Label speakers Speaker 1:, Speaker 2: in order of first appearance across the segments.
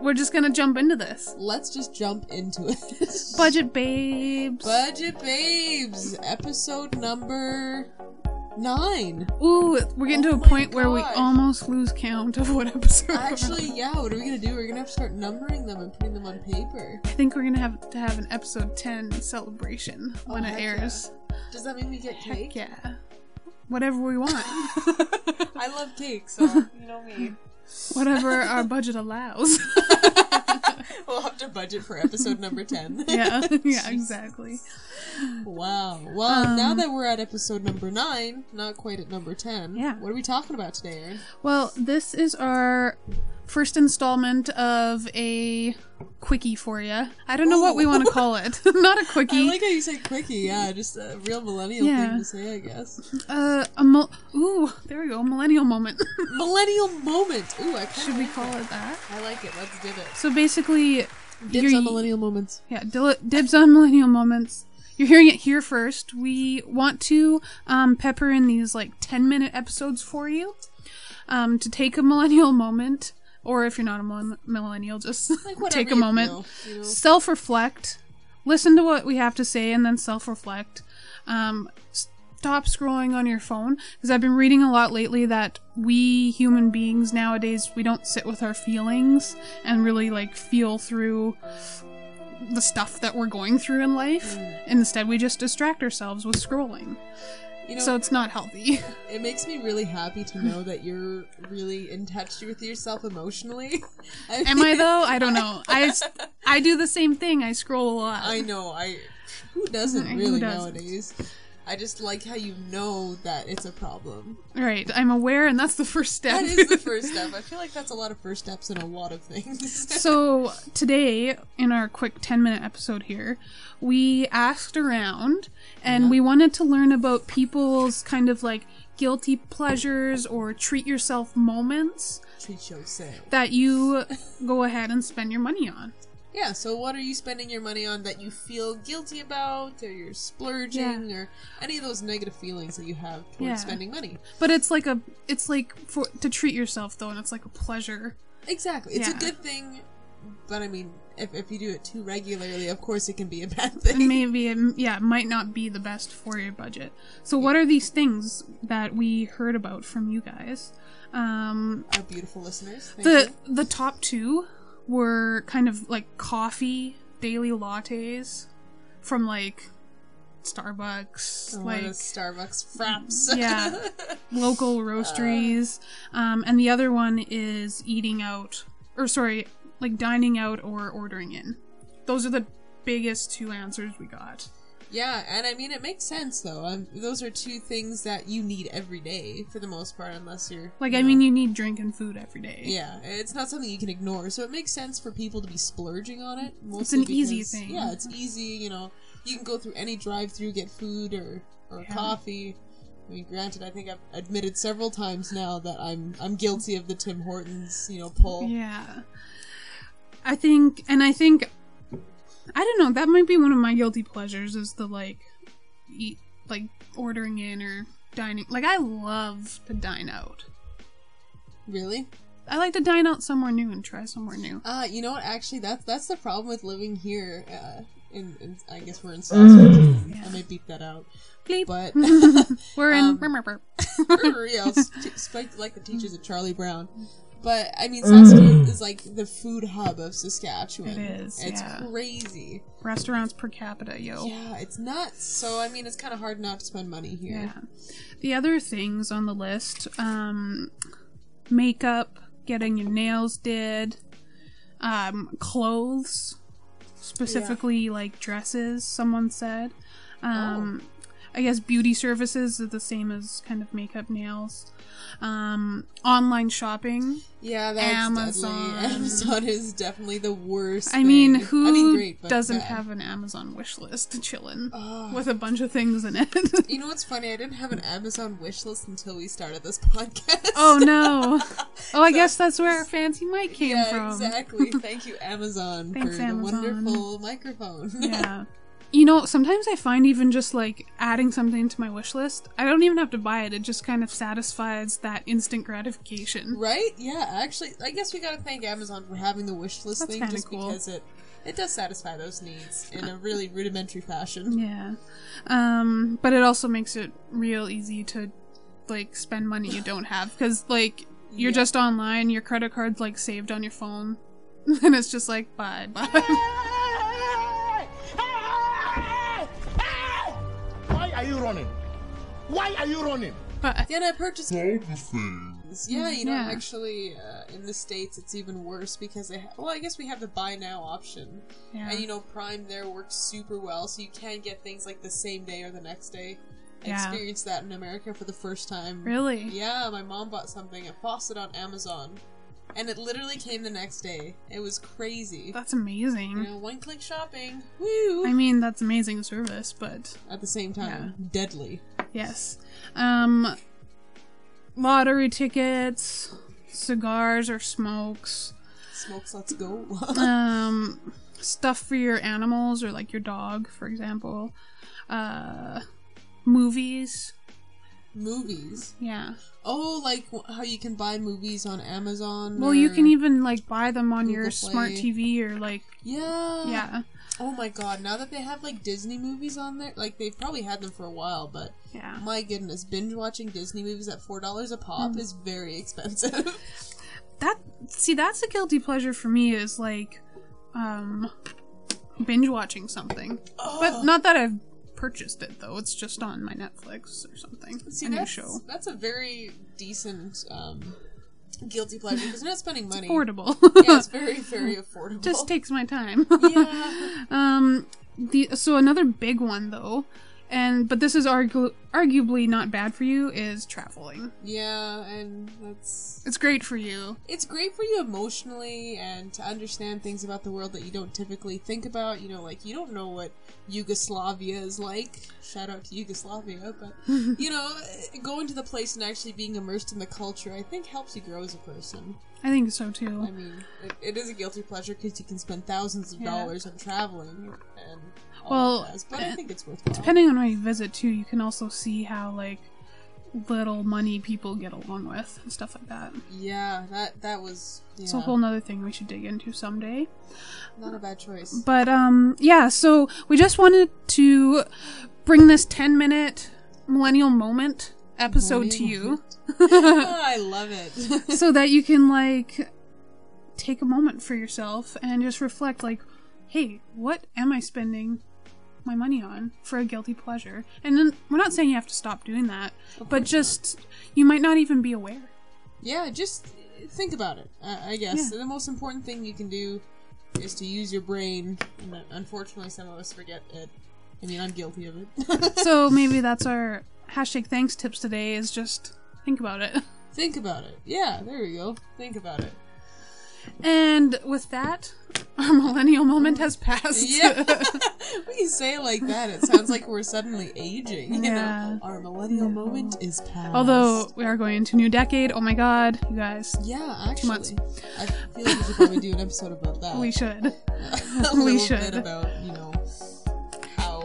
Speaker 1: We're just gonna jump into this.
Speaker 2: Let's just jump into it.
Speaker 1: Budget babes.
Speaker 2: Budget Babes, episode number nine.
Speaker 1: Ooh, we're getting
Speaker 2: Oh
Speaker 1: to a
Speaker 2: my
Speaker 1: point where we
Speaker 2: God.
Speaker 1: almost lose count of what episode. we're on.
Speaker 2: Actually, yeah, what are we gonna do? We're gonna have to start numbering them and putting them on paper.
Speaker 1: I think we're gonna have to have an episode ten celebration
Speaker 2: Oh,
Speaker 1: when it
Speaker 2: heck
Speaker 1: airs.
Speaker 2: Does that mean we get cake?
Speaker 1: Yeah. Whatever we want,
Speaker 2: I love cake, so you know me.
Speaker 1: whatever our budget allows.
Speaker 2: we'll have to budget for episode number 10.
Speaker 1: yeah, yeah, exactly.
Speaker 2: Wow. Well, now
Speaker 1: Um,
Speaker 2: that we're at episode number 9, not quite at number 10,
Speaker 1: Yeah.
Speaker 2: what are we talking about today, Erin?
Speaker 1: Well, this is our first installment of a quickie for you. I don't know what we
Speaker 2: Ooh.
Speaker 1: want to call it. Not a
Speaker 2: I
Speaker 1: quickie.
Speaker 2: like how you say quickie, yeah, just a real millennial
Speaker 1: Yeah.
Speaker 2: thing to say, I guess.
Speaker 1: uh, a mul- ooh, there we go, millennial moment.
Speaker 2: millennial moment. Ooh, I
Speaker 1: Should
Speaker 2: kind
Speaker 1: we
Speaker 2: of
Speaker 1: call it that?
Speaker 2: I like it. Let's dip it.
Speaker 1: So basically,
Speaker 2: Dibs
Speaker 1: you're-
Speaker 2: on millennial moments.
Speaker 1: Yeah, dil- dibs on millennial moments. You're hearing it here first. We want to um, pepper in these like 10 minute episodes for you um, to take a millennial moment, or if you're not a mil- millennial, just
Speaker 2: whatever
Speaker 1: take a
Speaker 2: you
Speaker 1: moment,
Speaker 2: feel, you know?
Speaker 1: self reflect, listen to what we have to say, and then self reflect. Um, stop scrolling on your phone because I've been reading a lot lately that we human beings nowadays we don't sit with our feelings and really like feel through the stuff that we're going through in life.
Speaker 2: Mm.
Speaker 1: Instead, we just distract ourselves with scrolling.
Speaker 2: You know,
Speaker 1: So it's not healthy.
Speaker 2: it makes me really happy to know that you're really in touch with yourself emotionally. I
Speaker 1: Am I though? I don't know. I s- I do the same thing. I scroll a lot.
Speaker 2: I know. I who doesn't
Speaker 1: Who
Speaker 2: really
Speaker 1: doesn't?
Speaker 2: nowadays. I just like how you know that it's a problem.
Speaker 1: right. I'm aware, and that's the first step.
Speaker 2: That is the first step. I feel like that's a lot of first steps in a lot of things.
Speaker 1: so today in our quick 10 minute episode here we asked around
Speaker 2: Mm-hmm.
Speaker 1: and we wanted to learn about people's kind of like guilty pleasures or treat yourself moments
Speaker 2: Treat yourself.
Speaker 1: that you go ahead and spend your money on
Speaker 2: Yeah. So, what are you spending your money on that you feel guilty about, or you're splurging, or any of those negative feelings that you have towards
Speaker 1: Yeah.
Speaker 2: spending money?
Speaker 1: but it's like a it's like for to treat yourself though and it's like a pleasure
Speaker 2: Exactly. It's
Speaker 1: Yeah.
Speaker 2: a good thing, but I mean, if, if you do it too regularly, of course it can be a bad thing.
Speaker 1: and maybe it, yeah it might not be the best for your budget so what are these things that we heard about from you guys um
Speaker 2: Our beautiful listeners. Thank
Speaker 1: the
Speaker 2: you.
Speaker 1: the top two were kind of like coffee daily lattes from like starbucks
Speaker 2: Oh,
Speaker 1: like
Speaker 2: the Starbucks fraps.
Speaker 1: yeah local roasteries um, and the other one is eating out or sorry like dining out or ordering in those are the biggest two answers we got
Speaker 2: yeah, and I mean, it makes sense though. Um, those are two things that you need every day for the most part, unless you're.
Speaker 1: like
Speaker 2: you
Speaker 1: i
Speaker 2: know,
Speaker 1: mean you need drink and food every day
Speaker 2: Yeah, it's not something you can ignore, so it makes sense for people to be splurging on it. Mostly
Speaker 1: an easy
Speaker 2: because,
Speaker 1: thing.
Speaker 2: Yeah, it's easy. You know, you can go through any drive-through, get food or or
Speaker 1: Yeah.
Speaker 2: coffee. I mean, granted, I think I've admitted several times now that I'm I'm guilty of the Tim Hortons, you know, pull.
Speaker 1: Yeah. I think and I think I don't know, that might be one of my guilty pleasures is the like eat like ordering in or dining. Like I love to dine out.
Speaker 2: Really?
Speaker 1: I like to dine out somewhere new and try somewhere new.
Speaker 2: Uh, you know what? Actually, that's that's the problem with living here. Uh, in, in I guess we're in Saskatchewan. I may beat that out,
Speaker 1: Bleep.
Speaker 2: but
Speaker 1: We're in
Speaker 2: um,
Speaker 1: burp, burp,
Speaker 2: real spiked like the teachers at Charlie Brown. But I mean, Saskatoon is like the food hub of Saskatchewan.
Speaker 1: Mm. It is,
Speaker 2: It's
Speaker 1: yeah.
Speaker 2: crazy.
Speaker 1: burp. restaurants per capita, yo.
Speaker 2: Yeah, it's nuts. So I mean, it's kind of hard not to spend money
Speaker 1: Yeah.
Speaker 2: here.
Speaker 1: The other things on the list um, makeup, getting your nails did, um, clothes, specifically like dresses, someone said. Um,
Speaker 2: Oh.
Speaker 1: I guess beauty services are the same as kind of makeup, nails. Um, online shopping.
Speaker 2: Yeah, that's
Speaker 1: Amazon.
Speaker 2: deadly. Amazon is definitely the worst.
Speaker 1: I mean,
Speaker 2: thing.
Speaker 1: who
Speaker 2: I mean, great, but
Speaker 1: doesn't
Speaker 2: bad. Uh,
Speaker 1: have an Amazon wish list to chill in
Speaker 2: Ugh.
Speaker 1: with a bunch of things in it?
Speaker 2: You know what's funny? I didn't have an Amazon wish list until we started this podcast.
Speaker 1: oh no! Oh, I guess that's where our fancy mic came
Speaker 2: yeah,
Speaker 1: from.
Speaker 2: exactly. Thank you, Amazon,
Speaker 1: Thanks,
Speaker 2: for
Speaker 1: Amazon.
Speaker 2: the wonderful microphone.
Speaker 1: yeah. you know, sometimes I find even just like adding something to my wish list, I don't even have to buy it. It just kind of satisfies that instant gratification.
Speaker 2: Right? Yeah, actually, I guess we gotta thank Amazon for having the wish list
Speaker 1: That's
Speaker 2: thing
Speaker 1: kinda
Speaker 2: just
Speaker 1: cool.
Speaker 2: because it it does satisfy those needs in a really rudimentary fashion.
Speaker 1: Yeah. Um, but it also makes it real easy to like spend money you don't have because like you're
Speaker 2: Yeah.
Speaker 1: just online, your credit card's like saved on your phone, and it's just like bye bye.
Speaker 3: Why are you running? Why are you running?
Speaker 1: but
Speaker 2: Then I purchased things. Yeah, you know,
Speaker 1: Yeah.
Speaker 2: actually, uh, in the states, it's even worse because they. Ha- well, I guess we have the buy now option,
Speaker 1: yeah.
Speaker 2: and you know, Prime there works super well, so you can get things like the same day or the next day. I
Speaker 1: Yeah.
Speaker 2: experienced that in America for the first time.
Speaker 1: really?
Speaker 2: Yeah, my mom bought something. I bought it on Amazon, and it literally came the next day. It was crazy.
Speaker 1: That's amazing.
Speaker 2: you know, one click shopping. Mm-hmm. Woo!
Speaker 1: I mean, that's amazing service, but
Speaker 2: At the same time, deadly.
Speaker 1: yes. Um, lottery tickets, cigars or smokes,
Speaker 2: Smokes, let's go.
Speaker 1: um, stuff for your animals or like your dog, for example, uh, movies.
Speaker 2: Movies.
Speaker 1: Yeah.
Speaker 2: Oh, like wh- how you can buy movies on Amazon.
Speaker 1: Well, you
Speaker 2: or-
Speaker 1: can even like buy them on your
Speaker 2: Google
Speaker 1: smart
Speaker 2: Play.
Speaker 1: TV or like
Speaker 2: Yeah.
Speaker 1: yeah,
Speaker 2: Oh my god! Now that they have like Disney movies on there, like they've probably had them for a while, but
Speaker 1: yeah.
Speaker 2: my goodness, binge watching Disney movies at four dollars a pop
Speaker 1: Mm.
Speaker 2: is very expensive.
Speaker 1: that see that's a guilty pleasure for me is like um binge watching something but not that i've purchased it though it's just on my netflix or something
Speaker 2: See,
Speaker 1: a new
Speaker 2: that's
Speaker 1: show
Speaker 2: that's a very decent um, guilty pleasure because you're not spending money.
Speaker 1: affordable
Speaker 2: Yeah, it's very very affordable.
Speaker 1: just takes my time
Speaker 2: yeah.
Speaker 1: um the so another big one though and but this is argu- arguably not bad for you is traveling
Speaker 2: yeah, and that's
Speaker 1: it's great for you
Speaker 2: it's great for you emotionally and to understand things about the world that you don't typically think about. You know, like you don't know what Yugoslavia is like. Shout out to Yugoslavia, but you know, going to the place and actually being immersed in the culture, I think helps you grow as a person.
Speaker 1: i think so too
Speaker 2: I mean, it, it is a guilty pleasure because you can spend thousands of
Speaker 1: Yeah.
Speaker 2: dollars on traveling and all
Speaker 1: Well,
Speaker 2: that jazz, but I
Speaker 1: uh,
Speaker 2: think it's worthwhile.
Speaker 1: depending on where you visit too you can also see how like little money people get along with and stuff like that
Speaker 2: yeah, that that was yeah,
Speaker 1: it's a whole nother thing we should dig into someday
Speaker 2: not a bad choice.
Speaker 1: but um yeah so we just wanted to bring this 10 minute millennial moment episode to you
Speaker 2: Ah, I love it.
Speaker 1: so that you can like take a moment for yourself and just reflect like hey what am i spending my money on for a guilty pleasure and then we're not saying you have to stop doing that but just you might not even be aware
Speaker 2: yeah, just think about it. I, I guess
Speaker 1: Yeah.
Speaker 2: the most important thing you can do is to use your brain. And unfortunately, some of us forget it. I mean, I'm guilty of it.
Speaker 1: so maybe that's our hashtag thanks tips today is just think about it
Speaker 2: think about it. Yeah, there we go. Think about it.
Speaker 1: and with that our millennial moment has passed
Speaker 2: Yeah. when you say it like that, it sounds like we're suddenly aging. You
Speaker 1: Yeah.
Speaker 2: know, our millennial moment is past.
Speaker 1: although we are going into new decade oh my god you guys
Speaker 2: yeah, actually,
Speaker 1: months.
Speaker 2: I feel like we should probably do an episode about that.
Speaker 1: we should
Speaker 2: a
Speaker 1: We
Speaker 2: little
Speaker 1: should.
Speaker 2: bit about you know how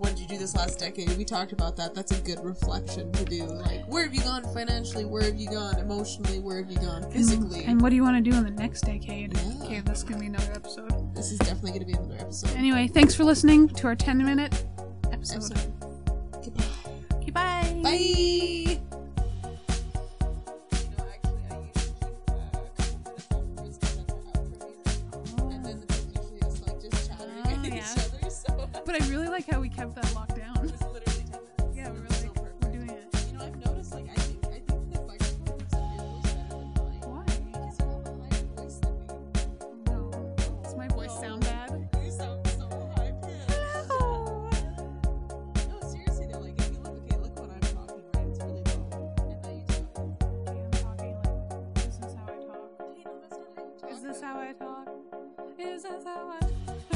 Speaker 2: what did you do this last decade we talked about that that's a good reflection to do like where have you gone financially where have you gone emotionally where have you
Speaker 1: Mm,
Speaker 2: gone physically
Speaker 1: And what do you want to do in the next decade?
Speaker 2: Yeah.
Speaker 1: Okay, this can be another episode.
Speaker 2: this is definitely going to be another episode
Speaker 1: Anyway, thanks for listening to our 10 minute episode.
Speaker 2: Episode. Goodbye.
Speaker 1: Okay, bye.
Speaker 2: bye You know, actually, I usually keep, uh, a couple minutes afterwards 'cause that's how outro is. And then the book usually is, like, just chattering
Speaker 1: Oh,
Speaker 2: at each
Speaker 1: yeah.
Speaker 2: other, so
Speaker 1: But I really like how we kept that locked down.
Speaker 2: it's literally 10 minutes.
Speaker 1: Yeah, we were
Speaker 2: It's so
Speaker 1: like,
Speaker 2: perfect.
Speaker 1: we're doing it.
Speaker 2: You know, I've noticed like I think I think the flexibility of your voice better than mine.
Speaker 1: Why?
Speaker 2: Because you have a higher voice than me.
Speaker 1: No. Does my voice sound bad?
Speaker 2: You sound so high pitched. No, seriously though, like if you look okay, look when I'm talking, right? It's really low. And now you talk.
Speaker 1: I'm talking like, this is how I talk.
Speaker 2: Hey, no, that's not how you talk.
Speaker 1: Is this how I talk? Is this how I